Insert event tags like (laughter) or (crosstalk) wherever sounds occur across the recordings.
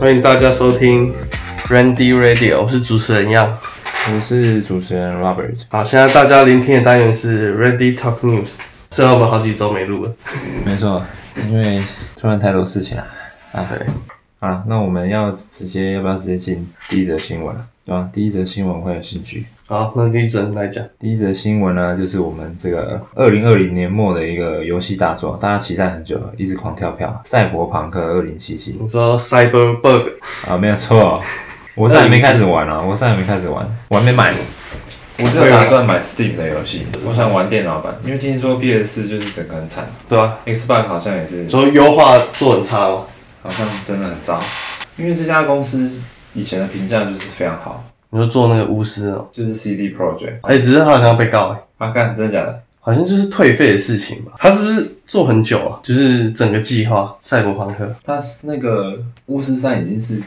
欢迎大家收听 Randy Radio，我是主持人样。我是主持人 Robert，好，现在大家聆听的单元是 Ready Talk News。虽然我们好几周没录了，没错，因为突然太多事情了。啊，对，好了，那我们要直接要不要直接进第一则新闻了？啊对吧？第一则新闻会有兴趣。好，那你只能来讲。第一则新闻呢，就是我们这个二零二零年末的一个游戏大作，大家期待很久了，一直狂跳票，《赛博朋克二零七七你说 Cyberbug，》啊，没有 (laughs) 错。我是还没开始玩啊，我是还没开始玩，我还没买。我是有打算买 Steam 的游戏，我想玩电脑版，因为听说 PS 就是整个很惨对吧、啊？ ，Xbox 好像也是你说优化做很差哦。好像真的很糟，因为这家公司以前的评价就是非常好，你说做那个巫师哦，就是 CD Project。哎、只是他好像被告哎、啊，干，真的假的？好像就是退费的事情吧？他是不是做很久啊？就是整个计划赛博朋克，他是那个巫师三已经是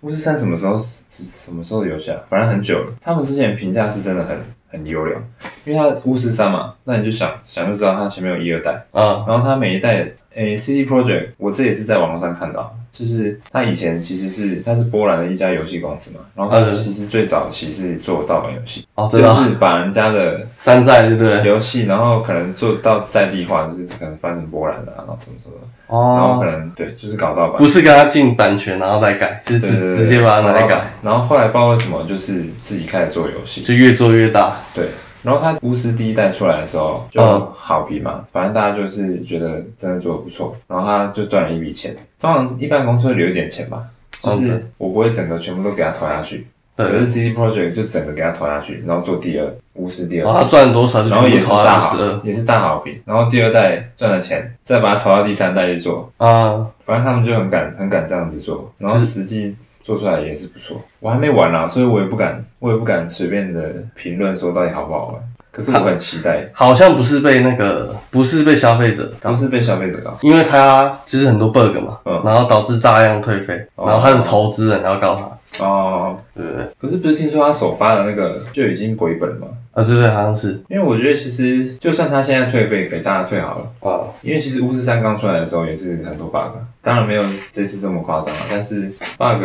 巫师三什么时候是什么时候有下？反正很久了。他们之前的评价是真的很很优良，因为他巫师三嘛，那你就想想就知道他前面有一二代，啊，然后他每一代诶、CD Project，我这也是在网络上看到。就是他以前其实是他是波兰的一家游戏公司嘛，然后他嗯其实最早其实做盗版游戏，哦，对就吧、是把人家的山寨对不对？游戏，然后可能做到在地化，就是可能翻成波兰的、啊，然后什么什么的，然后可哦，能对，就是搞盗版不，是跟他进版权然后再改，是对哦直直接把它拿来改，。然后然后后来不知道为什么，就是自己开始做游戏，就越做越大。对。然后他巫师第一代出来的时候就好评嗯嘛，反正大家就是觉得真的做的不错，然后他就赚了一笔钱。通常一般公司会留一点钱吧，就嗯是对我不会整个全部都给他投下去，可对是，CD Project 就整个给他投下去，然后做第二巫师第二然后他赚了多少就然后也全部是投大到好十二，也是大好评。然后第二代赚了钱，再把它投到第三代去做，啊，反正他们就很敢很敢这样子做，然后实际做出来也是不错。我还没玩啦、所以我也不敢，我也不敢随便的评论说到底好不好玩。可是我很期待，好像不是被那个，不是被消费者不是被消费者告。因为他就是很多 bug 嘛，嗯然后导致大量退费，哦然后他的投资人要告他，哦，对不对？可是不是听说他首发的那个就已经回本了吗？啊，对对，好像是因为我觉得其实就算他现在退费给大家退好了，啊，因为其实巫师三刚出来的时候也是很多 bug，当然没有这次这么夸张啊，但是 bug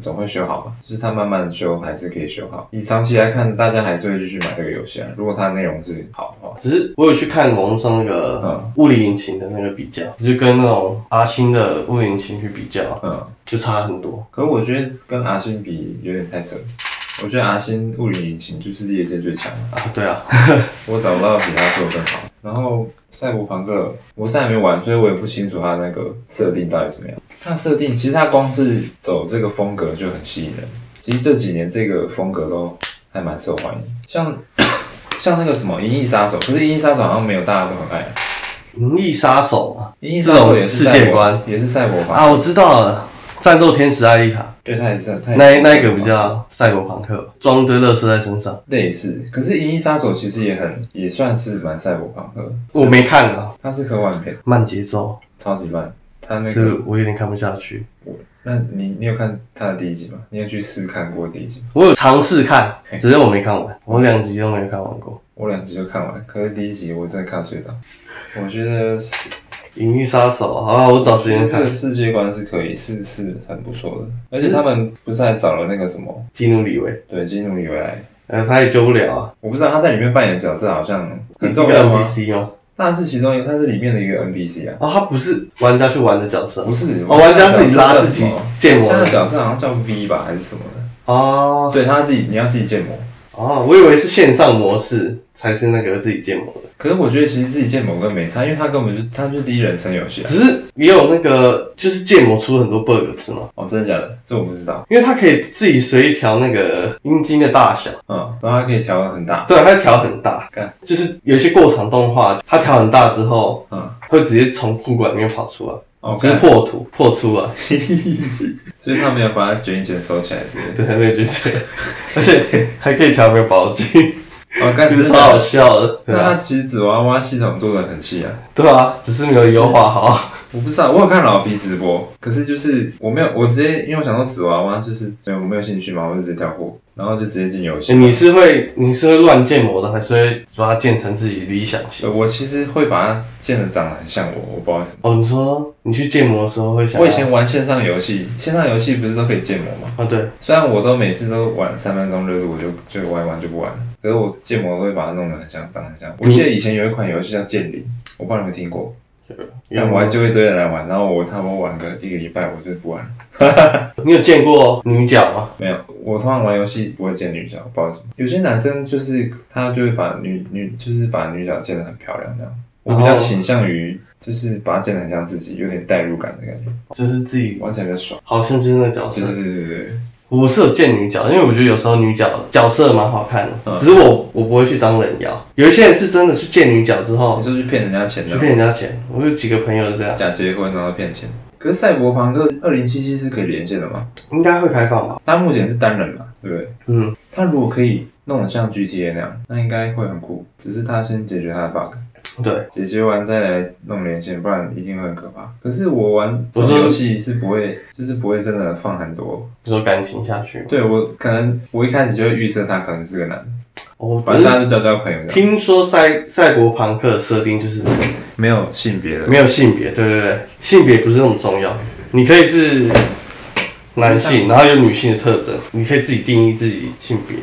总会修好嘛，就是它慢慢修还是可以修好。以长期来看，大家还是会继续买这个游戏啊，如果它内容是好的话。只是我有去看网络上那个嗯物理引擎的那个比较，就跟那种阿星的物理引擎去比较，嗯，就差很多。可是我觉得跟阿星比有点太扯，我觉得阿星物理引擎就是业界最强的，啊，对啊，我找不到比他做的更好。然后赛博朋克，我是还没玩，所以我也不清楚它那个设定到底怎么样。它的设定其实它光是走这个风格就很吸引人。其实这几年这个风格都还蛮受欢迎，像像那个什么《银翼杀手》，可是《银翼杀手》好像没有大家都很爱，《银翼杀手嘛，银翼杀手》也这是种赛世界博观，也是赛博朋克，啊，我知道了，战斗天使艾丽卡，对，它也是它也那是那一个比较赛博朋克，装堆乐色在身上，类似。可是《银翼杀手》其实也很也算是蛮赛博朋克，我没看啊，它是科幻片，慢节奏，超级慢。它那所个以我有点看不下去。那你你有看他的第一集吗？你有去试看过第一集吗？我有尝试看，只是我没看完，我两集都没有看完过。我两集就看完，可是第一集我真的看睡着。我觉得《银翼杀手》啊好啦，我找时间这看个。世界观是可以，是是很不错的。而且他们不是还找了那个什么，基努里维，对，基努里维来，呃，他也救不了啊，我不知道他在里面扮演的角色好像很一重个要吗？ NPC 吗？那是其中一个，他是里面的一个 NPC 啊，哦，他不是玩家去玩的角色不是，哦玩家自己拉自己建模他的角色好像叫 V 吧，还是什么的？哦对，他自己你要自己建模。哦，我以为是线上模式才是那个自己建模的，可是我觉得其实自己建模跟没差，因为他根本就他就是第一人称游戏啊。只是也有那个就是建模出了很多 bug 是吗？哦，真的假的？这我不知道。因为他可以自己随意调那个阴茎的大小，嗯，然后它可以调得很大。对，他调很大干，就是有一些过场动画，他调很大之后嗯，会直接从裤管里面跑出来，哦，就是干破图破啊出来。所以他没有把它卷一卷收起来之类的。对，还没有觉得，而且还可以调没有保机。哦，(laughs) 干就是真超好的。笑的，对那啊它，其实纸娃娃系统做的很细啊，对啊，只是没有优化好，啊我不知道，我有看老皮直播，可是就是我没有，我直接因为我想说纸娃娃就是没有我没有兴趣嘛，我就直接跳过，然后就直接进游戏。哎你是会你是会乱建模的，还是会把它建成自己理想型？呃我其实会把它建的长得很像我，我不知道为什么。哦，你说你去建模的时候会想，我以前玩线上游戏，线上游戏不是都可以建模吗？啊，对，虽然我都每次都玩三分钟热度，我就就玩一玩就不玩了，可是我建模都会把它弄得很像，长得很像。我记得以前有一款游戏叫《剑灵》，我不知道你们听过，然后我还就一堆人来玩，然后我差不多玩个一个礼拜，我就不玩了。你有见过女角吗？没有，我通常玩游戏不会建女角，不知道为什么。有些男生就是他就会把女女就是把女角建得很漂亮这样。我比然较后倾向于就是把它建得很像自己，有点代入感的感觉，就是自己玩起来比较爽。好像就是那个角色对，对对对对，我是有见女角，因为我觉得有时候女角角色蛮好看的，嗯只是我我不会去当人妖。有一些人是真的去见女角之后你说去骗人家钱去的，骗人家钱，我有几个朋友是这样，假结婚然后骗钱。可是赛博朋克二零七七是可以连线的嘛？应该会开放吧？他目前是单人嘛，对不对？嗯，他如果可以弄得像 GTA 那样，那应该会很酷。只是他先解决他的 bug，对，解决完再来弄连线，不然一定会很可怕。可是我玩这我种说游戏是不会，就是不会真的放很多。你说感情下去吗，对我可能我一开始就会预设他可能是个男的，我反反正大正家就交交朋友这样，听说赛赛博朋克的设定就是没有性别的。没有性别，对对对，性别不是那么重要，你可以是男性，然后有女性的特征，你可以自己定义自己性别。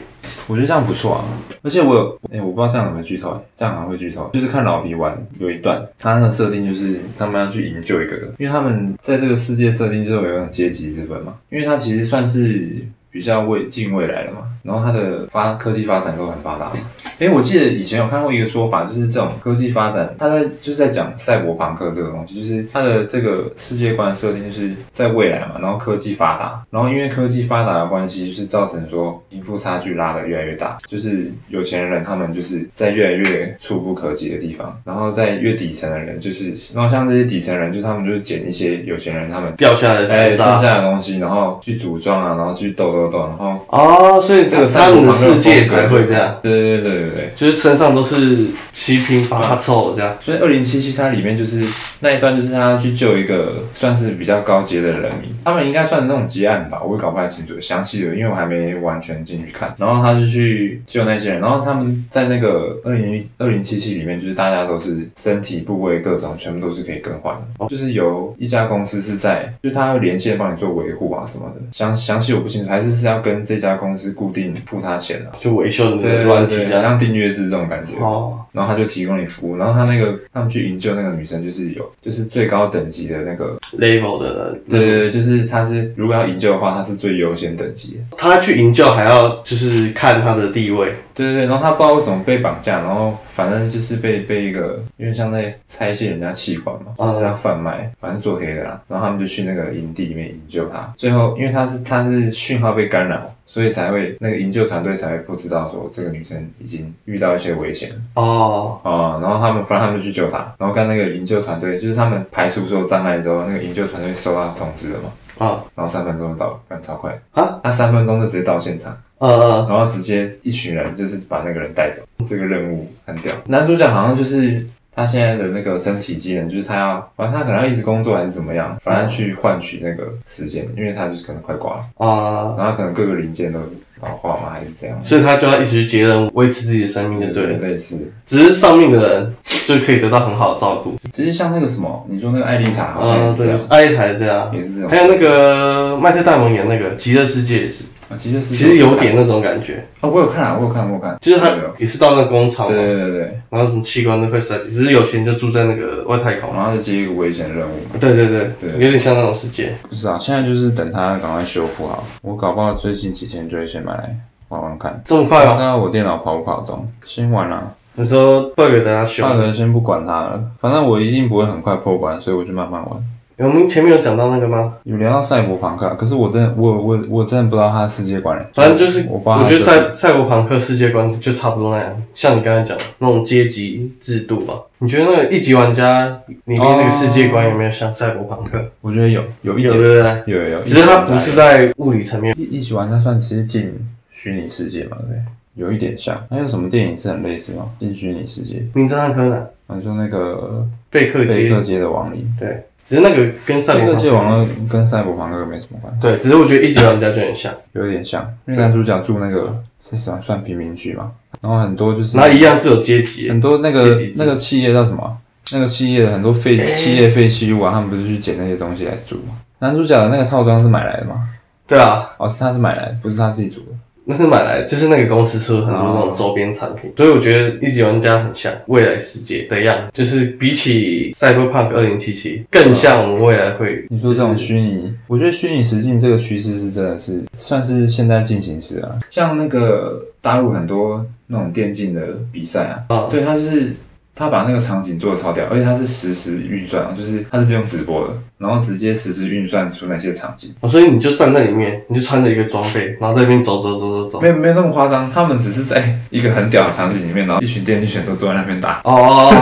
我觉得这样不错啊，而且我有，哎、我不知道这样有没有剧透、欸，这样好像会剧透。就是看老皮玩有一段，他那个设定就是他们要去营救一个人，因为他们在这个世界设定就是有一种阶级之分嘛，因为他其实算是比较未近未来的嘛，然后他的发科技发展都很发达嘛。哎、我记得以前有看过一个说法，就是这种科技发展，它在就是在讲赛博朋克这个东西，就是它的这个世界观设定就是在未来嘛，然后科技发达，然后因为科技发达的关系，就是造成说贫富差距拉得越来越大，就是有钱人他们就是在越来越触不可及的地方，然后在越底层的人就是，然后像这些底层人，就是他们就是捡一些有钱人他们掉下来的哎残剩渣、下的东西，然后去组装啊，然后去斗斗斗，然后哦，所以这个赛他博们朋的克世界风格才会这样，，对对对对对对。就是身上都是七拼八凑这样。所以二零七七它里面就是那一段，就是他去救一个算是比较高阶的人民，他们应该算是那种结案吧，我也搞不太清楚详细的，因为我还没完全进去看。然后他就去救那些人，然后他们在那个二零二零七七里面，就是大家都是身体部位各种全部都是可以更换的，就是由一家公司是在，就是他会连线帮你做维护啊什么的，详详细我不清楚，还是是要跟这家公司固定付他钱啊，就维修你对的对软对体对，这样。像订阅制这种感觉。哦，然后他就提供你服务，然后他那个他们去营救那个女生，就是有就是最高等级的那个， level 的人，对对对，就是他是如果要营救的话，他是最优先等级的，他去营救还要就是看他的地位，对对对，然后他不知道为什么被绑架，然后反正就是被被一个因为像在拆卸人家器官嘛，嗯就是要贩卖，反正做黑的啦，然后他们就去那个营地里面营救他，最后因为他是他是讯号被干扰。所以才会那个营救团队才会不知道说这个女生已经遇到一些危险了，哦，啊、然后他们，反正他们就去救他，然后跟那个营救团队，就是他们排除所有障碍之后，那个营救团队收到通知了嘛，啊，然后三分钟就到了，干超快啊！他三分钟就直接到现场，呃呃，然后直接一群人就是把那个人带走，这个任务很屌。男主角好像就是他现在的那个身体机能，就是他要，反正他可能要一直工作还是怎么样，反正去换取那个时间，因为他就是可能快挂了，啊，然后他可能各个零件都老化嘛，还是怎样。所以他就要一直去接任务，维持自己的生命，就对了。类似，只是上面的人就可以得到很好的照顾。其实像那个什么，你说那个艾丽塔好像也啊，是这对样，，爱台这样也。是这啊种。还有那个麦特戴蒙演那个《极乐世界》也是，啊，其实是其实有点那种感觉，啊、我有看啊，我有看，我有看，就是他对啊也是到那个工厂嘛对，对对对，然后什么器官都快衰竭，只是有些人就住在那个外太空。然后就接一个危险任务嘛，对对对，对有点像那种世界。不知道，现在就是等它赶快修复好，我搞不好最近几天就会先买来玩玩看，这么不快知哦？道我电脑跑不跑得动，先玩啦、啊，你说 bug 等下修？大人先不管它了，反正我一定不会很快破关，所以我就慢慢玩。我们前面有讲到那个吗？有聊到赛博朋克啊，可是我真的，我我我真的不知道它的世界观了。反正就是，我不知道我它觉得是赛赛博朋克世界观就差不多那样，像你刚才讲的那种阶级制度吧。你觉得那个一级玩家里面那个世界观有没有像赛博朋克？我觉得有有一有点，对不对？有有有，只是它不是在物理层面，一一起玩，它算其实进虚拟世界嘛，对不对。有一点像。还有什么电影是很类似吗？进虚拟世界，名侦探柯南、啊，你说那个贝克贝克街，街的亡灵，对，只是那个跟赛贝博克朋街克，网络跟赛博朋克没什么关系，对，只是我觉得一级玩家就很像，有点像，嗯因为男主角住那个是算算贫民区嘛，然后很多就是然后一样是有阶级的，很多那自个己那个企业叫什么啊？那个企业的很多废哎企业废弃物啊，他们不是去捡那些东西来煮吗？男主角的那个套装是买来的吗？对啊，哦，是他是买来的，不是他自己煮的。那是买来，就是那个公司出了很多那种周边产品，所以我觉得一级玩家很像未来世界的样子，就是比起 Cyberpunk 二零七七更像我们未来会，你说这种就是虚拟，我觉得虚拟实境这个趋势是真的是算是现在进行时啊。像那个大陆很多那种电竞的比赛啊，啊对，他就是他把那个场景做的超屌，而且他是实时运算啊，就是他是用直播的，然后直接实时运算出那些场景。哦所以你就站在里面，你就穿着一个装备，然后在那边走走走走走没。有没有那么夸张，他们只是在一个很屌的场景里面，然后一群电竞选手坐在那边打，哦，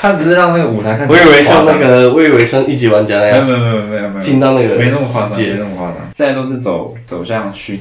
他只是让那个舞台看起我来以为像很夸那张，个，我以为像一级玩家那样没有没有没有没有没有进到那个没那么夸张，世界没那么夸张。现在都是走走向虚，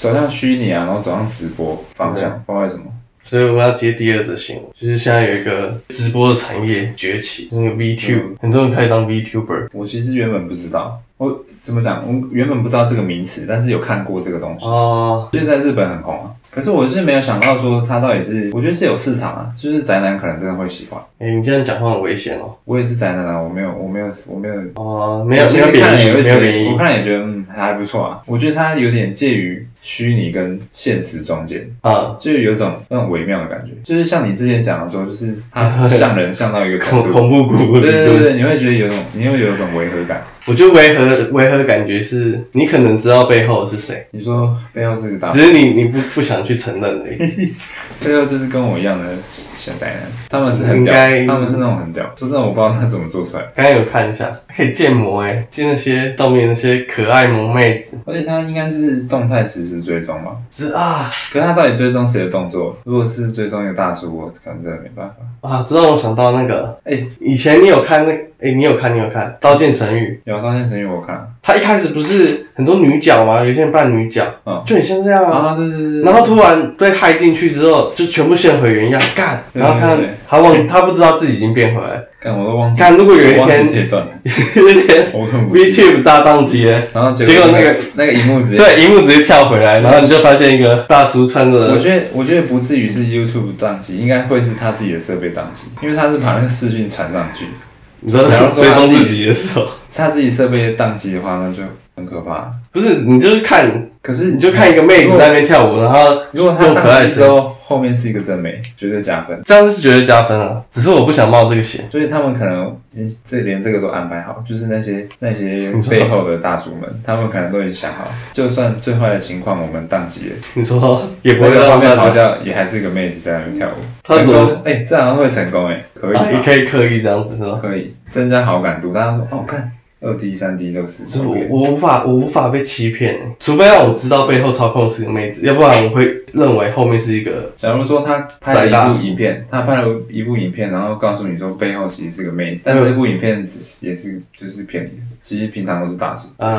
走向虚拟啊，然后走向直播方向，不知道为什么。所以我们要接第二则新闻，就是现在有一个直播的产业崛起，那个 VTube，、很多人开始当 VTuber。我其实原本不知道，我怎么讲，我原本不知道这个名词，但是有看过这个东西，哦，就是在日本很红啊。可是我就是没有想到说它到底是，我觉得是有市场啊，就是宅男可能真的会喜欢。哎、你这样讲话很危险哦。我也是宅男啊，我没有，我没有，我没有哦，没有没我现在有看了贬义也，会没有觉得，贬我义。看了也觉得嗯还不错啊。我觉得它有点介于虚拟跟现实中间，啊， (laughs) 就是有一种那种微妙的感觉。就是像你之前讲的说，就是 (laughs) 它像人像到一个程恐度，恐怖谷的对对理对论，对，你会觉得有一种，你会有一种违和感。我觉得违和违和的感觉是你可能知道背后是谁，你说背后是个 (laughs) 大，只是你你不不想去承认而 (laughs) 已。背后就是跟我一样的小宅男，他们是很应屌，该他们是那种很屌。说真的，我不知道他怎么做出来，刚刚有看一下，可以建模哎、建那些上面那些可爱萌妹子，而且他应该是动态实时追踪吧？是啊可是他到底追踪谁的动作？如果是追踪一个大叔，我可能真的没办法。啊，这让我想到那个，欸哎以前你有看那个，哎、你有看你有看《刀剑神域》。有啊，刀剑神域我看了。他一开始不是很多女角嘛，有些人扮女角，嗯就很像这样啊。啊，对对对对。然后突然被害进去之后，就全部现回原样干，对然后看嗯对对他忘，他不知道自己已经变回来。看我都忘记，看如果有一我忘记天这一段了， (laughs) 有一天我很无 v 记。 t u b e 大宕机了，然后结结果果那那个个那个荧 (laughs) 幕直接，对，荧幕直接跳回来，然后你就发现一个大叔穿我着觉得我觉得不至于是 YouTube 宕机，应该会是他自己的设备宕机，因为他是把那个视讯传上去，你知道假如说追他踪自己自己的时候，是他自己设备宕机的话，那就很可怕。不是你就是看，可是你就看一个妹子在那边跳舞，然后如果他用可爱宕的机之声音后，后面是一个正美，绝对加分。这样是绝对加分啊。只是我不想冒这个险。所以他们可能已经这连这个都安排好，就是那些那些你说背后的大叔 (laughs) 们，他们可能都已经想好，就算最坏的情况我们宕机了，你说也不那会个画让面他跑掉，也还是一个妹子在那边跳舞。他成怎么功？哎、这好像会成功哎、可以吧、啊？你可以刻意这样子是吧？可以增加好感度。大家说哦，看二 D、三 D 都是就是我我无法我无法被欺骗欸，除非让我知道背后操控的是个妹子，要不然我会认为后面是一个假如说他拍宰大了一叔部影片，他拍了一部影片，然后告诉你说背后其实是个妹子，但嗯这部影片只是也是就是骗你的，其实平常都是大叔。 (laughs) 啊，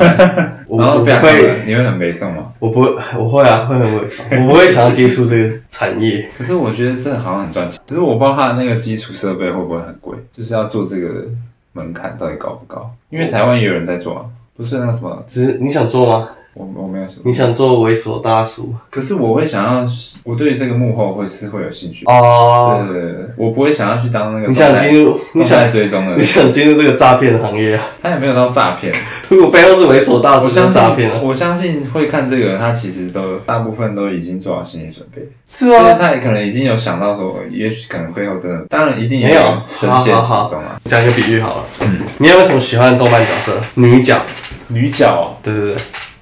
我然我后不不想看会，了，你会很悲伤吗？我不会，我会啊，会很猥琐，我不会想要接触这个产业。可是我觉得这好像很赚钱，只是我不知道它的那个基础设备会不会很贵，就是要做这个门槛到底高不高？因为台湾也有人在做啊，不是那个什么，只是你想做吗？我我没有什么。你想做猥琐大叔可是我会想要，我对于这个幕后会是会有兴趣。哦？对对对，对我不会想要去当那你个动想态进入？你动想态追踪的你人，想进入这个诈骗行业啊？他也没有到诈骗。如果背后是猥琐大叔，我就相是诈骗啊信了，我相信会看这个，他其实都大部分都已经做好心理准备，是就吗是？啊他也可能已经有想到说，也许可能背后真的，当然一定也没有深好陷好其好中啊。讲一个比喻好了，嗯你有没有什么喜欢的动漫角色？女角？女角哦，对对对，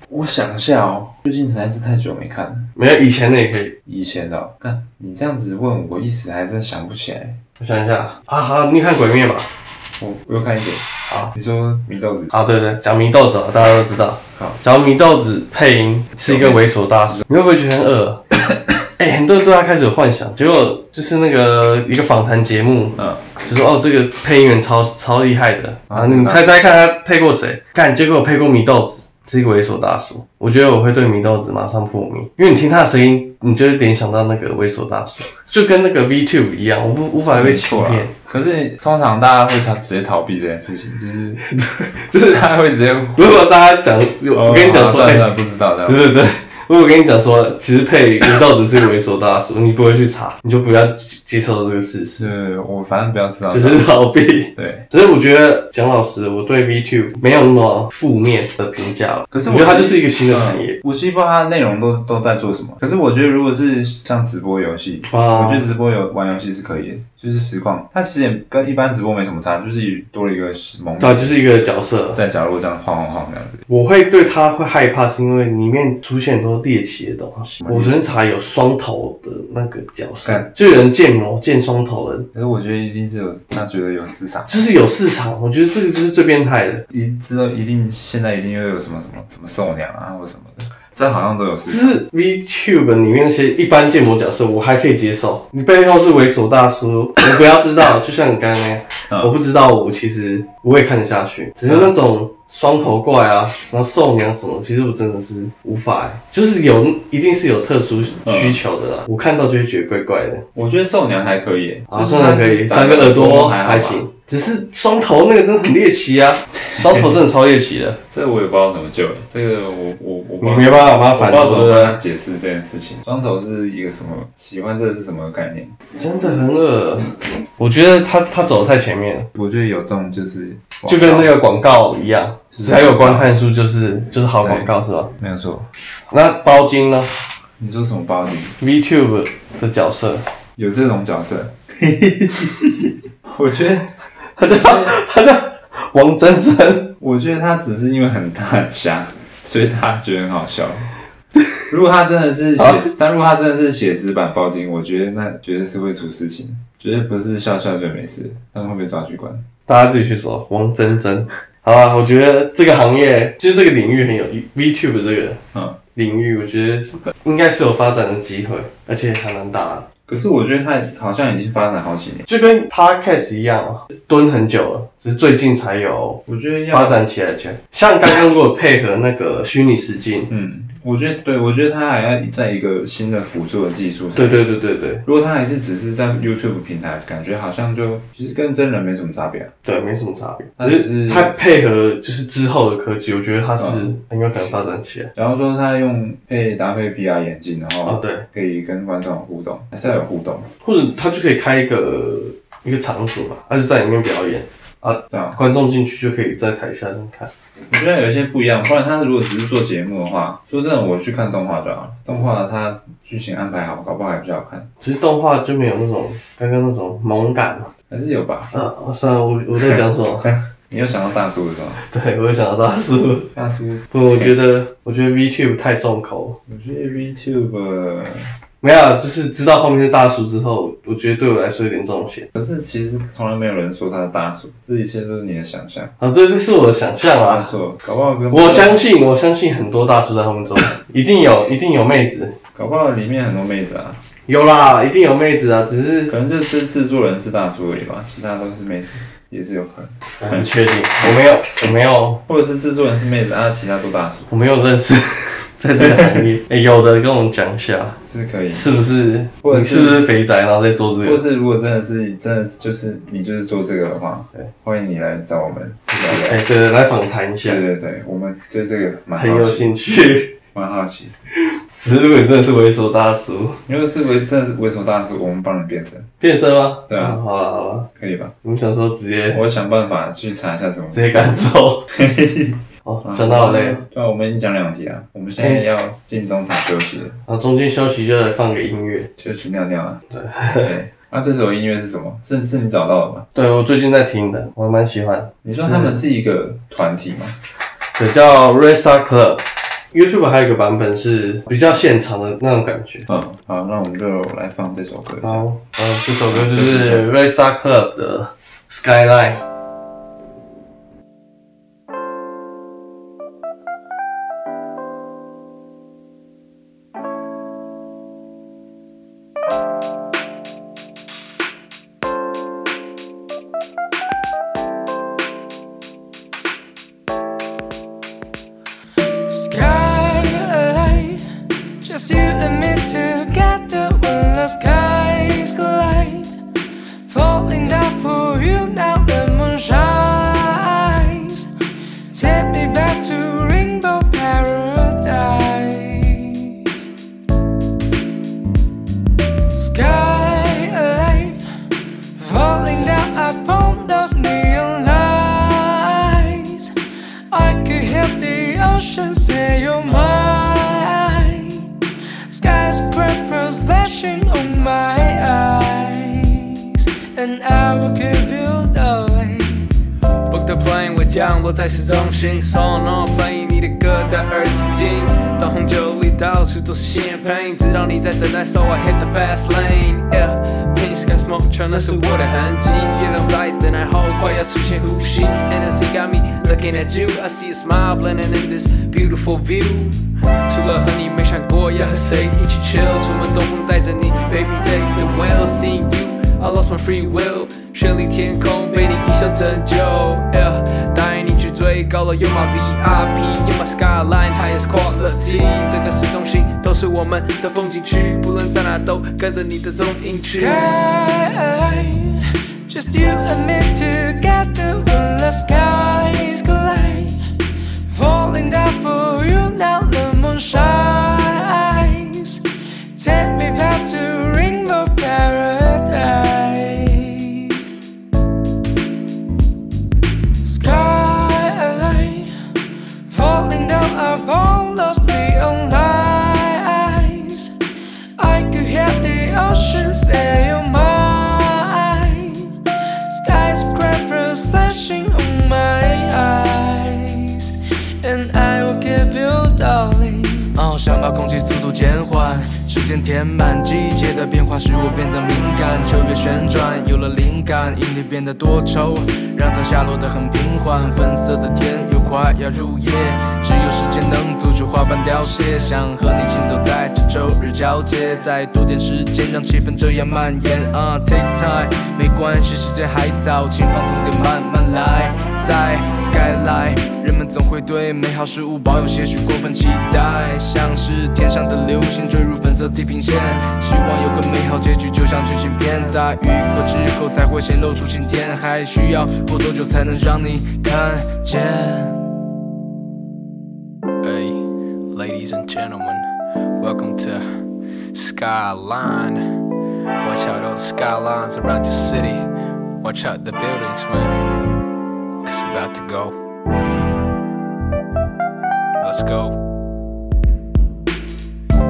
我想一下哦，最近实在是太久没看了。没有以前的也可以。以前的、哦，看你这样子问我，一时还真想不起来。我想一下啊，好，你看《鬼灭》吧。我我又看一点，好，你说米豆子，啊，对对，讲祢豆子，大家都知道。好，嗯讲祢豆子配音是一个猥琐大叔，你会不会觉得很 (coughs) 恶？哎、很多人对他开始有幻想，结果就是那个一个访谈节目，嗯，就说哦，这个配音员超超厉害的啊啊，真的你猜猜看他配过谁？看，结果配过祢豆子，是一个猥琐大叔。我觉得我会对祢豆子马上破迷，因为你听他的声音，你就会联想到那个猥琐大叔，就跟那个 V Two 一样，我不无法被欺错啊骗。。可是通常大家会他直接逃避这件事情，就是 (laughs) 就是他会直接。如果大家讲，哦我跟你讲说，哦哎、算了，不知道的。对 (laughs) 对对，如果跟你讲说，其实配祢豆子是猥琐大叔，你不会去查，你就不要接受这个事实，是我反正不要知道就。是逃避。 (laughs) 对，可是我觉得蒋老师，我对 V Two 没有那么负面的评价了。可是我觉得它其就实是一个新的产业嗯我其实不知道它的内容都都在做什么。可是我觉得，如果是像直播游戏，啊我觉得直播有玩游戏是可以的，就是实况，它其实也跟一般直播没什么差，就是多了一个萌对啊，就是一个角色。在角落这样晃晃晃这样子。我会对他会害怕，是因为里面出现很多猎奇的东西。我昨天查有双头的那个角色干，就有人建模建双头人，可是我觉得一定是有，他觉得有市场，就是有市场。我觉得这个就是最变态的，一知道一定现在一定又有什么什么什么兽娘啊或什么的，这好像都有只市场。是 VTube 里面那些一般建模角色，我还可以接受。你背后是猥琐大叔，我不要知道，就像你刚刚那样。嗯我不知道，我其实我也看得下去，只是那种双头怪啊，然后兽娘什么，其实我真的是无法、欸，就是有一定是有特殊需求的啦。我看到就会觉得怪怪的，我觉得兽娘还可以，啊，嗯就是兽娘可以长个耳朵还好还吧。行，只是双头那个真的很猎奇啊，双头真的超猎奇的，这我也不知道怎么救，这个我我 (laughs) 我不你知道没办法麻我不烦知道怎我，么对跟他不解释这件事情。双头是一个什么？喜欢这个是什么概念？对真的很恶，我觉得他他走的太前面了，我觉得有这种就是就跟那个广告一样，就是只要有观看数就是就是好广告是吧？没有错。那包金呢？你说什么包底？ VTube 的角色，有这种角色？ (laughs) 我觉得，他叫他叫王真真，我觉得他只是因为很大很瞎，所以大家觉得很好笑。如果他真的是写，但如果他真的是写实版包金，我觉得那绝对是会出事情，绝对不是笑笑就没事，他们会被抓去关。大家自己去搜王真真。好吧，我觉得这个行业就是这个领域很有 VTube 这个嗯领域，我觉得应该是有发展的机会，而且还蛮大的，可是我觉得他好像已经发展好几年，就跟 Podcast 一样啊，蹲很久了，只是最近才有我觉得要发展起来起来。像刚刚如果配合那个虚拟实境，嗯，我觉得对，我觉得他还要在一个新的辅助的技术上。对，对对对对如果他还是只是在 YouTube 平台，感觉好像就其实跟真人没什么差别、啊。对，没什么差别，它只只是是它配合就是之后的科技，我觉得它是嗯很有可能发展起来。假如说他用配搭配 VR 眼镜，然哦，后对。可以跟观众互动，还是要有互动，或者他就可以开一个一个场所嘛，他就在里面表演，对啊。观众进去就可以在台下这样看。我觉得有一些不一样，不然他如果只是做节目的话，说真的，我去看动画就好了。动画它剧情安排好，搞不好还比较好看，只是动画就没有那种刚刚那种萌感嘛。还是有吧。啊，啊算了，我我在讲什 (laughs) 么？你有想到大叔的时候，对，我又想到大叔。大叔，不，我觉得我觉得 VTube 太重口了。我觉得 VTube 没有啊，就是知道后面是大叔之后，我觉得对我来说有点重险可是其实从来没有人说他是大叔，这一切都是你的想象。啊。对，这是我的想象大啊。叔，搞不好跟我相信，我相信很多大叔在后面做，一定有，一定有妹子，搞不好里面很多妹子啊，有啦，一定有妹子啊，只是可能就是制作人是大叔而已吧，其他都是妹子，也是有可能，我不确定，我没有，我没有或者是制作人是妹子啊，其他都大叔我没有认识 (laughs) 在这个行 (laughs) 业，欸、有的跟我们讲一下，是可以。是不是？或者你是是不是肥宅，然后在做这或个？是如果真的是真的是就是你就是做这个的话，哎对，欢迎你来找我们聊哎、聊。对对，来访谈一下对，对对，我们对这个蛮很好有奇，兴趣。 (laughs) 蛮好奇。只是如果你真的是猥琐大叔，如果是猥真的是猥琐大叔，我们帮你变身，变身吗？对啊嗯好了好了，可以吧？我们想说直接我会想办法去查一下怎么直接赶走。 (laughs) 哦，讲到嘞，嗯对啊，我们已经讲两题了，我们现在要进中场休息了，然后中间休息就来放个音乐。就去尿尿了。对，那这首音乐是什么？是是你找到的吗？对我最近在听的，我还蛮喜欢，你说他们是一个团体吗？对，叫 Resa Club。YouTube 还有一个版本是比较现场的那种感觉。嗯，好，那我们就来放这首歌。好，嗯，这首歌就是 Resa Club 的 Skyline。 an hour could build a lane. Book the plane，我降落在市中心，So no，翻译你的歌戴耳机听，到红酒里到处都是 champagne，知道你在等待，So I hit the fast lane。Yeah, pink sky smoke 全那是我的痕迹，月亮在等待后快要出现呼吸，And I got me looking at you，I see a smile blending in this beautiful view。除了和你，没想过要和谁一起 e chill，出 um 门兜风带着你，Baby take the wheel, see you。I lost my free will，绚丽天空被你一笑拯救。Yeah, 答应你去最高了，有 my VIP，有 my skyline highest quality。整个市中心都是我们的风景区，不论在哪都跟着你的踪影去。Just you and me together when the skies collide, falling down for you now the moon shines. Take me back to rainbow paradise. Skyline falling down upon those neon lights. I could hear the ocean say you're mine. Skyscrapers flashing on my eyes, and I will give you darling. 哦，想把空气速度减缓，时间填满季节的变化，使我变得敏感。秋月旋转，有了灵感，引力变得多愁，让它下落得很平缓。粉色的天又快要入夜，只有时间能阻止花瓣凋谢。想和你行走在这周日交界，再多点时间让气氛这样蔓延。啊、t a k e time，没关系，时间还早，请放松点，慢慢来。在 skyline，人们总会对美好事物保有些许过分期待，像是天上的流星坠入粉色地平线，希望有个美好结局，就像剧情片，在雨过之后才会显露出晴天，还需要过多久才能让你看见？Hey, ladies and gentlemen, welcome to Skyline. Watch out all the skylines around your city. Watch out the buildings, man. Cause we're about to go. Let's go.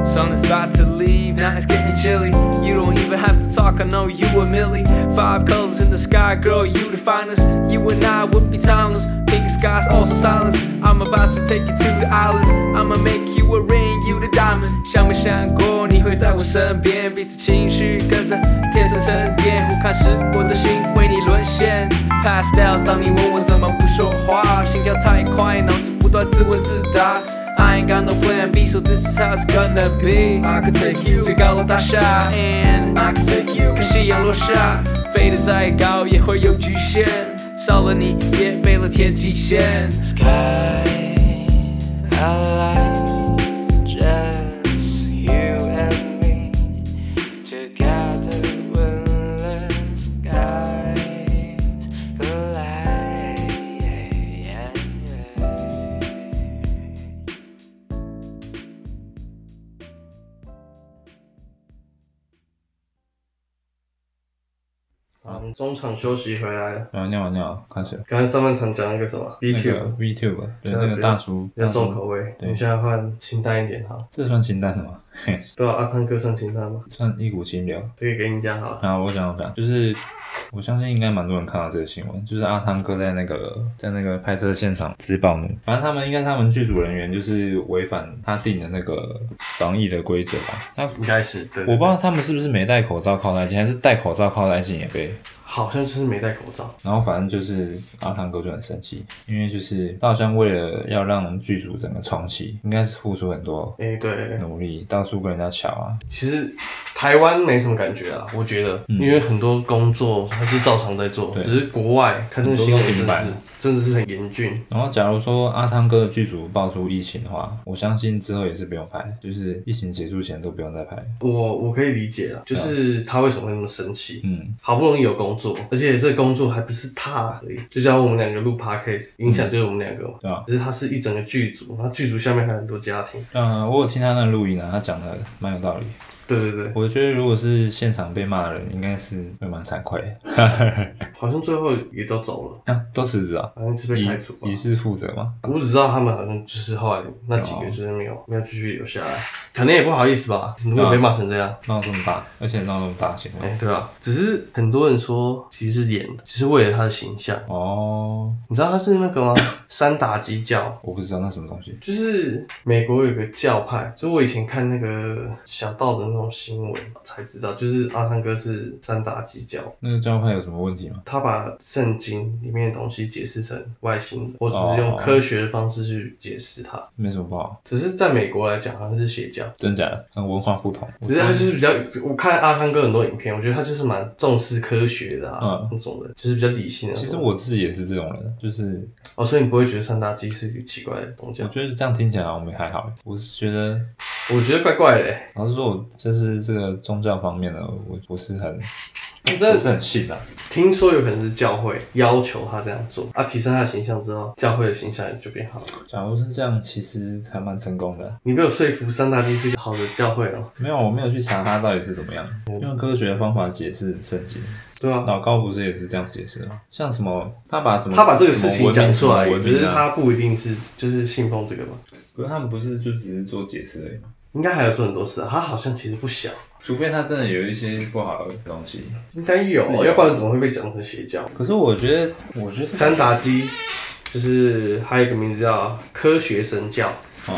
Sun is about to leave, now it's getting chilly. You don't even have to talk, I know you a Millie. Five colors in the sky, girl, you define us. You and I would be timeless. Pink skies, also silence. I'm about to take you to the islands. I'ma make you a ring, you the diamond. 像没想过你会在我身边，彼此情绪跟着天色沉淀，互看时我的心为你沦陷。Pass out，当你问我怎么不说话，心跳太快，脑子不断自问自答。I ain't got no plan B, so this is how it's gonna be. I could take you 最高楼大厦，and I could take you 看夕阳落下。飞得再高也会有局限，少了你也没了天际线。Sky, I like just you and me together when the skies collide. 好，我们中场休息回来了。然后尿完尿，开始。刚才上半场讲那个什么 B 那 Q，、个 VTube，对那个大叔，比较大重叔，口味，我对们现在换清淡一点哈。这算清淡的吗？嘿，对啊，阿汤哥算清淡吗？算一股清流。这个给你讲好了。然后我想讲，就是我相信应该蛮多人看到这个新闻，就是阿汤哥在那个在那个拍摄现场自暴怒，反正他们应该他们剧组人员就是违反他定的那个防疫的规则吧。那应该是对，我不知道他们是不是没戴口罩靠太近，还是戴口罩靠太近也被好像就是没戴口罩。然后反正就是阿汤哥就很生气，因为就是他好像为了要让剧组整个重启，应该是付出很多哎、对，努力，到处跟人家抢啊。其实台湾没什么感觉啊，我觉得，因为很多工作还是照常在做，嗯对只是国外看这个新闻真的很多都是停摆真的是很严峻。然后假如说阿汤哥的剧组爆出疫情的话，我相信之后也是不用拍，就是疫情结束前都不用再拍。我我可以理解了，就是他为什么会那么生气。嗯，好不容易有工作，而且这工作还不是他而已，就像我们两个录 podcast，影响就是我们两个嘛。对啊。只是他是一整个剧组，他剧组下面还有很多家庭，嗯、我有听他那个录音啊，他讲的蛮有道理。对对对，我觉得如果是现场被骂的人，应该是会蛮惭愧的好像最后也都走了，啊，都辞职啊，好像是被以开除吧以。示负责嘛。我只知道他们好像就是后来那几个就是没有没有继续留下来，可能也不好意思吧，如果被骂成这样。闹这么大，而且闹这么大行哎、为，对啊，只是很多人说其实是演的，只是为了他的形象。哦，你知道他是那个吗？三打基教，我不知道那什么东西，就是美国有个教派，就我以前看那个小道的那种新闻才知道，就是阿汤哥是三打基教，那个教派有什么问题吗？他把圣经里面的东西解释成外星人，或者是用科学的方式去解释它。没什么不好，只是在美国来讲，好像是邪教。真假的，跟文化不同。只是他就是比较，我看阿汤哥很多影片，我觉得他就是蛮重视科学的啊，嗯那种的，就是比较理性的那种。其实我自己也是这种人，就是哦，所以你不会觉得三大基是一个奇怪的宗我教？觉得这样听起来我们还好，我是觉得我觉得怪怪的欸、老实说，我就是这个宗教方面的，我我是很你不真是的很信啊。听说有可能是教会要求他这样做，啊，提升他的形象之后，教会的形象也就变好了。假如是这样，其实还蛮成功的。你被我说服，三大基是一个好的教会哦、没有，我没有去查它到底是怎么样，用科学的方法解释圣经。对啊，老高不是也是这样解释吗？像什么，他把什么，他把这个事情讲出来什么，文明只是啊，他不一定是就是信奉这个吧，可是他们不是就只是做解释而已吗？应该还有做很多事、啊。他好像其实不小，除非他真的有一些不好的东西。应该有是有啊，要不然怎么会被讲成邪教？可是我觉得，我觉得，三打基就是还有一个名字叫科学神教，哦，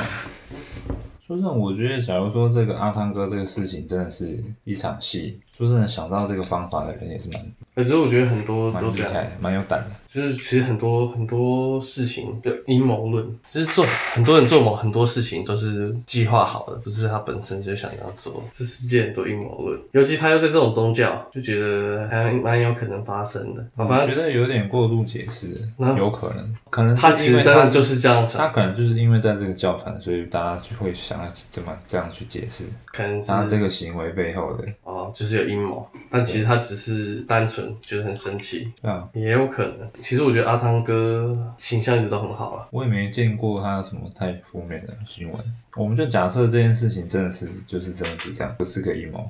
说真的，我觉得，假如说这个阿汤哥这个事情真的是一场戏，说真的，想到这个方法的人也是蛮可是我觉得很多都蛮厉这样。害的，蛮有胆的。就是其实很多很多事情的阴谋论，就是做很多人做某很多事情都是计划好的，不是他本身就想要做。这世界很多阴谋论，尤其他又在这种宗教，就觉得还蛮有可能发生的。好，嗯我啊反觉正得有点过度解释那，有可能，可能他是其因为实真他的就是这样想他，可能就是因为在这个教团，所以大家就会想要怎么这样去解释可能是他这个行为背后的，哦，就是有阴谋，但其实他只是单纯觉得很生气，对啊，也有可能。其实我觉得阿汤哥形象一直都很好啊，我也没见过他什么太负面的新闻。我们就假设这件事情真的是就是真的是这样，不是个阴谋，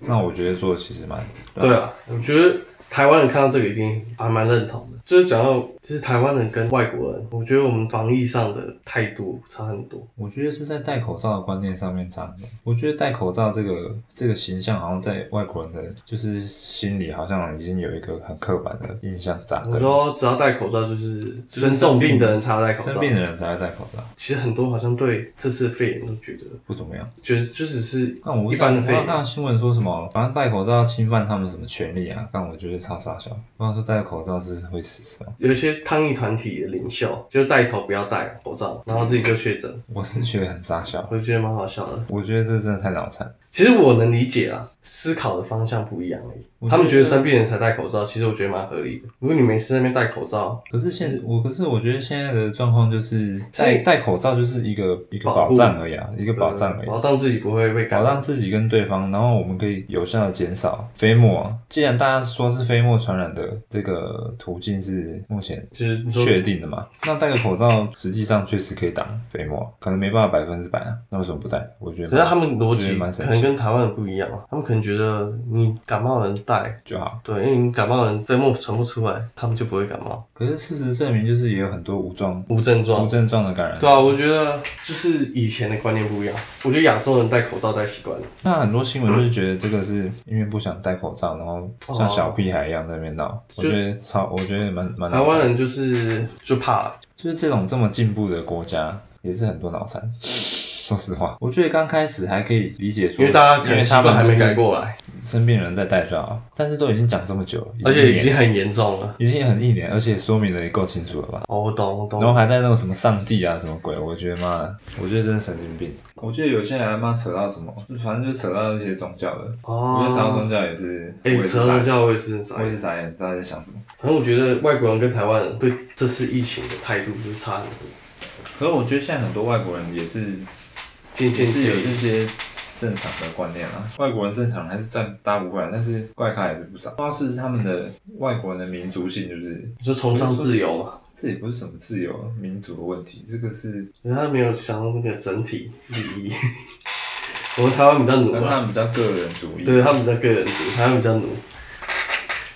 那我觉得做的其实蛮对啊，我觉得台湾人看到这个一定还蛮认同的。就是讲到，就是台湾人跟外国人，我觉得我们防疫上的态度差很多。我觉得是在戴口罩的观念上面差很多。我觉得戴口罩这个这个形象，好像在外国人的就是心里好像已经有一个很刻板的印象扎我根。说只要戴口罩，就是就是生重病的人才要戴口生罩。病的人才会戴口罩，其实很多好像对这次肺炎都觉得，不怎么样。觉得就只是那我一般的肺看炎。到新闻说什么，好像戴口罩侵犯他们什么权利啊？但我觉得超傻笑。我想说戴口罩是会死是吗？有一些抗议团体的领袖就带头不要戴口罩，然后自己就确诊，我是觉得很傻笑。我就觉得蛮好笑的。我觉得这真的太脑残。其实我能理解啊，思考的方向不一样而我觉得已。他们觉得生病人才戴口罩，其实我觉得蛮合理的。如果你没事在那边戴口罩，可是现我可是我觉得现在的状况就是戴是戴口罩就是一个一个保保护障而已啊，一个保障而已。保障自己不会被感保染。障自己跟对方，然后我们可以有效的减少飞沫啊。既然大家说是飞沫传染的这个途径是目前就是你说确定的嘛，那戴个口罩实际上确实可以挡飞沫，可能没办法百分之百啊。那为什么不戴？我觉可是得他们逻我觉辑得蛮神可能奇跟台湾人不一样啊，他们可能觉得你感冒的人戴，就好。对，因为你感冒的人飞沫传不出来，他们就不会感冒，可是事实证明，就是也有很多无状无症无状。症状的感染。对啊，我觉得就是以前的观念不一样，我觉得亚洲人戴口罩戴习惯了。那很多新闻就是觉得这个是因为不想戴口罩，然后像小屁孩一样在那边闹。哦我就觉得超，我觉得蛮蛮台脑湾残。人就是就怕了，就是这种这么进步的国家，也是很多脑残。说实话，我觉得刚开始还可以理解说，因为大家可因能为习他惯们还没改就是过来，身边人在戴就好，但是都已经讲这么久了，而且一已经年很严重了。已经很一年，而且说明的也够清楚了吧？哦，我懂，我懂。然后还在那种什么上帝啊什么鬼，我觉得妈的，我觉得真的神经病。我记得有些人还妈扯到什么，反正就扯到一些宗教的。哦，我觉得扯到宗教也是，哎，我也扯是到傻宗眼，教我也是很傻我眼也是傻眼，大家在想什么？反正我觉得外国人跟台湾人对这次疫情的态度就是差很多，可是我觉得现在很多外国人也是渐也渐是有渐这些正常的观念啊。外国人正常还是占大部分，但是怪咖也是不少。不知道是他们的外国人的民族性，就是你说崇尚自由嘛，这也不是什么自由民族的问题，这个是可是他没有想到那个整体利益， (laughs) 我们台湾比较奴可能他啊，们比较个人主义。对啊他们比较个人主义，台湾比较奴。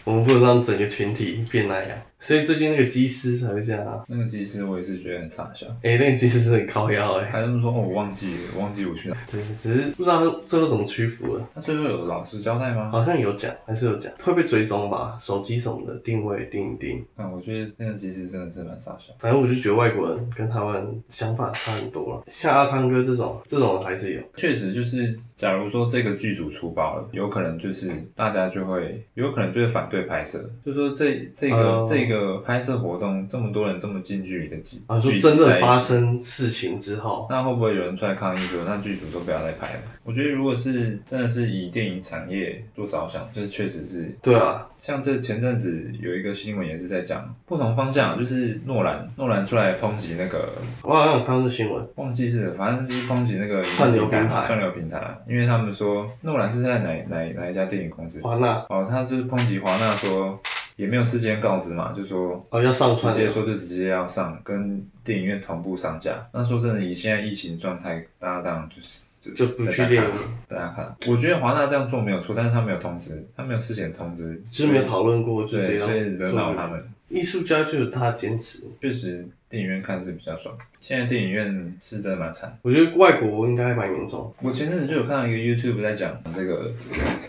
我们不能让整个群体变那样，所以最近那个机师才会这样啊。那个技师我也是觉得很傻笑，哎、那个机师很靠腰哎、还这么说哦，我忘记了，忘记我去哪。对，只是不知道他最后怎么屈服了。他最后有老实交代吗？好像有讲，还是有讲，会被追踪吧？手机什么的定位定一定。那、我觉得那个技师真的是蛮傻笑。反正我就觉得外国人跟台湾人想法差很多了。像阿汤哥这种，这种还是有。确实就是，假如说这个剧组出包了，有可能就是大家就会，有可能就会反对拍摄，就说这这个、哦这个拍摄活动这么多人这么近距离的集，啊，就聚集真在正一起发生事情之后，那会不会有人出来抗议说，那剧组都不要再拍了？我觉得如果是真的是以电影产业做着想，这确实是对啊，像这前阵子有一个新闻也是在讲不同方向，就是诺兰诺兰出来抨击那个我好像有看到这新闻，忘记是反正就是抨击那个串流平台影片串流平台，因为他们说诺兰是在哪哪哪一家电影公司华纳哦，他是抨击华纳说也没有事先告知嘛，就说哦要上直传接了，说就直接要上，跟电影院同步上架。那说真的，以现在疫情状态，大家当然就是就不去电影，大家看，我觉得华纳这样做没有错，但是他没有通知，他没有事前通知，就是没有讨论过，就直接对，让所以惹恼他们。艺术家就有他的坚持，确实，电影院看是比较爽。现在电影院是真的蛮惨。我觉得外国应该蛮严重，我前阵子就有看到一个 YouTube 在讲这个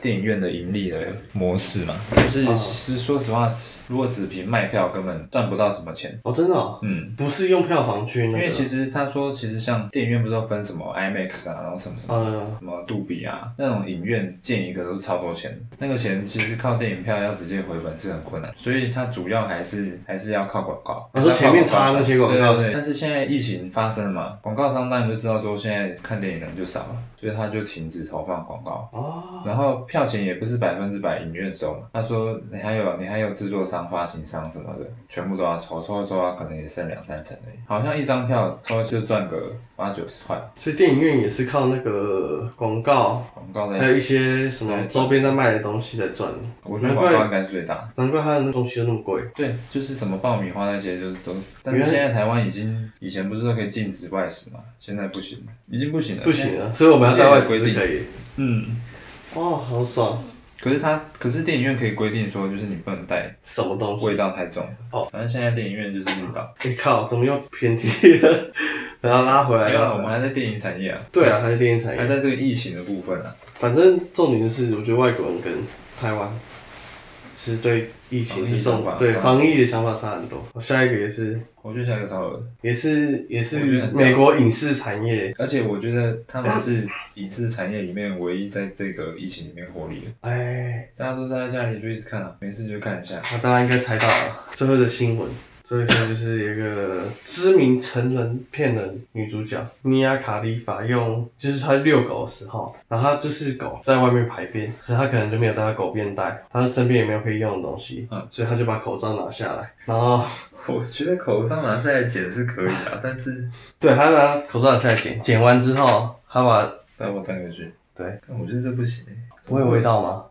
电影院的盈利的模式嘛，就是哦是说实话，如果只凭卖票根本赚不到什么钱。哦，真的、哦，嗯，不是用票房去那因个，为其实他说，其实像电影院不是都分什么 IMAX 啊，然后什么什么。呃，什么杜比啊，那种影院建一个都是超多钱，那个钱其实靠电影票要直接回本是很困难，所以它主要还是还是要靠广告。哦我说前面插那些广告对对对。但是现在疫情发生了嘛，广告商当然就知道说现在看电影的人就少了，所以他就停止投放广告。哦，然后票钱也不是百分之百影院收嘛，他说你还有你还有制作商、发行商什么的，全部都要抽，抽一抽啊，可能也剩两三成而已，好像一张票抽就赚个八九十块，所以电影院也是靠那个广告，广告还有的，一些什么周边在卖的东西在赚，我觉得广告应该是最大。难怪他的那东西都那么贵，对，就是什么爆米花那些，就是都，但是现在台湾已经以前不是都可以禁止外食嘛，现在不行了，已经不行了，不行啊，所以我们要在外食是可以，嗯。哦，好爽，可是它，可是电影院可以规定说，就是你不能带什么东西？味道太重的。哦，反正现在电影院就是知道。你、靠，怎么又偏题了？ (laughs) 然后拉回来没有啊，我们了。还在电影产业啊，对啊，还是电影产还业。在这个疫情的部分啊，反正重点就是，我觉得外国人跟台湾是对疫情的重防疫想法对差很多防疫的想法差很多。下一个也是我觉得下一个超恶的，也是也是我觉得很屌美国影视产业，而且我觉得他们是影视产业里面唯一在这个疫情里面获利的，哎，大家都待在家里就一直看啊，没事就看一下。 (laughs) 那啊大家应该猜到了。最后的新闻，最后一个就是有一个知名成人骗人女主角尼亚卡利法用，就是她遛狗的时候，然后她就是狗在外面排便，只是她可能就没有带她狗便袋，她身边也没有可以用的东西，嗯所以她就把口罩拿下来，然后我觉得口罩拿下来剪是可以啊，但是对她拿口罩拿下来剪，剪完之后，她把把我带回去。对，但我觉得这不行欸我有味道吗？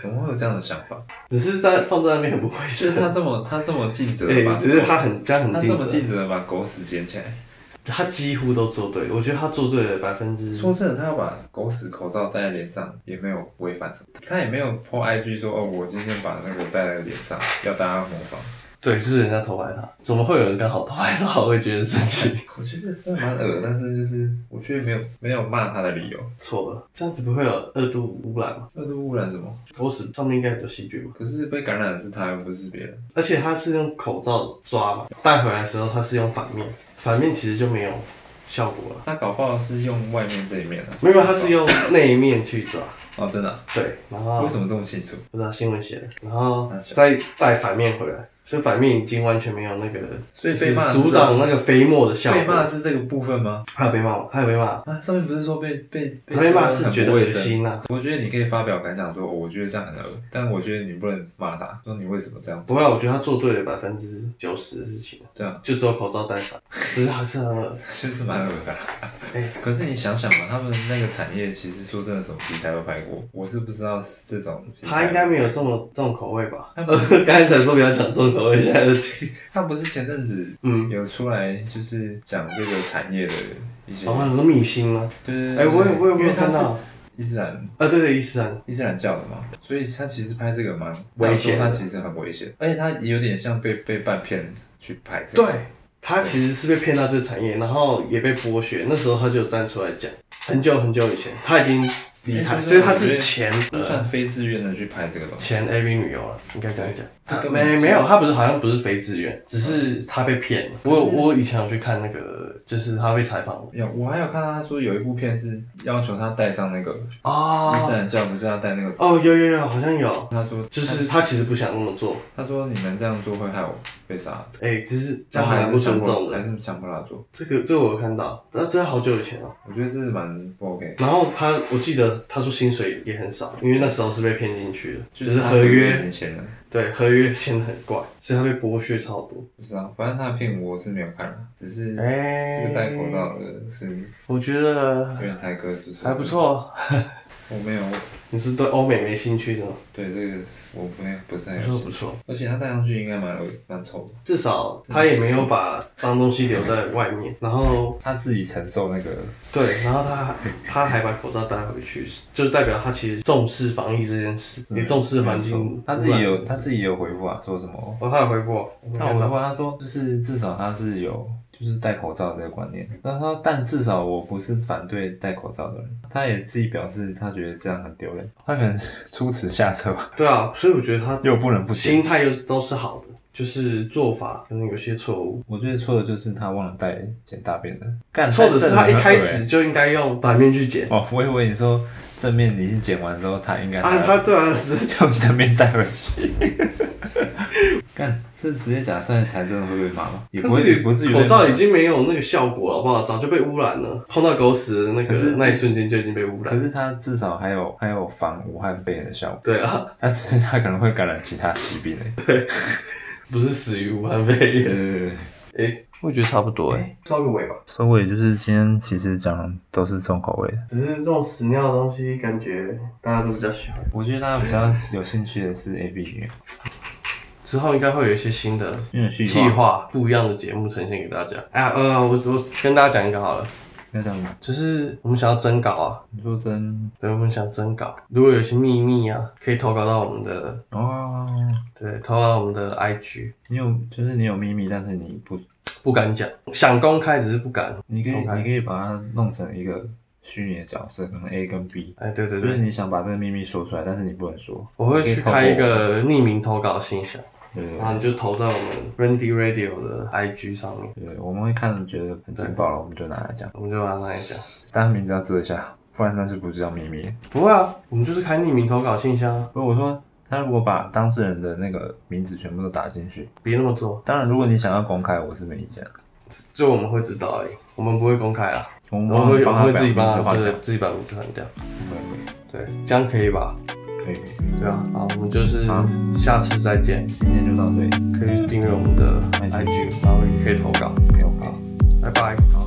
怎么会有这样的想 (laughs) 法？只是在放在那边很不卫就是生，他这么他这么尽责对吧，，只是她很这样他很这尽么责。尽责地把狗屎捡起来。他几乎都做对，我觉得他做对了百分之说真的，他把狗屎口罩戴在脸上也没有违反什么，他也没有 po IG 说哦，我今天把那个戴在脸上，要大家模仿。对，就是人家偷拍他，怎么会有人刚好 (laughs) 偷拍他？我会觉得生 (laughs) 气。我觉得这蛮恶，但是就是我觉得没有没有骂他的理由。错了，这样子不会有二度污染吗？那都污染什么？狗屎上面应该很多细菌嘛，可是被感染的是他，又不是别人。而且他是用口罩抓嘛，带回来的时候他是用反面，反面其实就没有效果了。他搞不好是用外面这一面的、啊。没有，他是用内面去抓，哦，真的啊、对，然后为什么这么清楚？不知道新闻写的，然后那是再带反面回来，所以反面已经完全没有那个，所以被骂的是阻挡那个飞沫的效被骂的果。是这个部分吗？还有被骂，还有被骂，啊，上面不是说被被他被骂说是很觉得不恶卫生心啊呐、我觉得你可以发表感想说，哦我觉得这样很恶，但我觉得你不能骂他，说你为什么这样不做。会啊，我觉得他做对了百分之九十的事情，对啊，就只有口罩戴上， (laughs) 可是还啊是很恶就是蛮恶 (laughs) 的啊。哎可是你想想嘛，他们那个产业其实说真的，什么题材都拍过，我是不知道是这种题材。他应该没有这么重口味吧？他 (laughs) 刚才才说不要讲重头一下就去，他不是前阵子嗯，有出来就是讲这个产业的一些，哦，很多米星吗？对对对，哎，我也我也因没为有他看是到，伊斯兰啊，对对，伊斯兰，伊斯兰教的嘛，所以他其实拍这个蛮危险的他其实很危险，而且他有点像被被半骗去拍这个，对。他其实是被骗到这个产业，然后也被剥削。那时候他就有站出来讲，很久很久以前，他已经离开，哎所以他所以是我觉得前呃不算呃非自愿的去拍这个东西，前 AV 女优了，应该这样讲。这他根本啊没就是没有，他不是好像不是非自愿，只是他被骗了。我可是我以前有去看那个，就是他被采访有我还有看到他说有一部片是要求他戴上那个伊斯哦兰教，不是要戴那个，哦有有有，好像有，他说就是他其实不想那么做，他说你们这样做会害我被杀，哎，只是这然样后还还蛮不是强尊迫重还的。是强迫他做，这个这个我有看到，那真的好久以前哦。我觉得这是蛮不 OK，然后他我记得他说薪水也很少，因为那时候是被骗进去的，就是他合有约点钱的。对合约签的很怪，所以他被剥削超多。不知道，反正他的片我是没有看啦，只是哎，这个戴口，罩的是我觉得有点太哥是还不。错。我没有，你是对欧美没兴趣的吗？对这个我没有不是很我有说兴不趣，错，而且他戴上去应该蛮有蛮丑的，至少他也没有把脏东西留在外面，然后他自己承受那个，对，然后他他还把口罩带回去，就是代表他其实重视防疫这件事，也重视环境。他自己有他自己有回复啊，说什么？哦，他有回复我，没那看我的到话，他说就是至少他是有就是戴口罩这个观念。那他说，但至少我不是反对戴口罩的人。他也自己表示他觉得这样很丢脸，他可能出此下策 (laughs) 吧，对啊，所以我觉得他又不能不行。心态又都是好的，就是做法可能有些错误。我最错的就是他忘了带捡大便的，干错的是他一开。但这很恶欸始就应该用反面去剪哦，我以为你说正面你已经剪完之后，他应该还啊，要他对啊是，用正面带回去。 (laughs) 干，这直接假赛才真的会被骂吗？也不他会，这也个不至于被骂。口罩已经没有那个效果了，好不好？早就被污染了，碰到狗屎的那可是个这那一瞬间就已经被污可染。是它至少还有还有防武汉肺炎的效果，对啊，它只是它可能会感染其他疾 (laughs) 病嘞。不是死于武汉肺炎。 (laughs) 对哎、我觉得差不多哎、收个尾吧。收尾就是今天其实讲都是重口味的，只是这种屎尿的东西，感觉大家都比较喜欢。我觉得大家比较有兴趣的是 A B 女，之后应该会有一些新的因为计计划，不一样的节目呈现给大家。哎、啊，呃，我我跟大家讲一个好了，要讲什么？就是我们想要征稿啊，你说真对，我们想征稿，如果有一些秘密啊，可以投稿到我们的，哦，对，投稿到我们的 IG，你有就是你有秘密，但是你不，不敢讲，想公开只是不敢。你可以 OK 你可以把它弄成一个虚拟的角色，可能 A 跟 B，哎，对对就是对，你想把这个秘密说出来，但是你不能说。我会你可以去透过开一，个匿名投稿信箱，对对对然后你就投在我们 Randy Radio 的 IG 上面，对，我们会看觉得很劲爆了，我们就拿来讲。我们就把它拿来讲。大家名字要遮一下，不然那是不知道秘密。不会啊，我们就是开匿名投稿信箱啊，不是我说，他如果把当事人的那个名字全部都打进去，别那么做，当然如果你想要公开，我是没意见的。就我们会知道而已，我们不会公开啊，我我们们会我们会自己帮把他把名对字换掉对，自己把名字换掉，对对，这样可以吧？对对，对啊，好，我们就是好下次再见。今天就到这里可以订阅我们的 IG IG，然后也可以投稿。 ，OK，拜拜。好。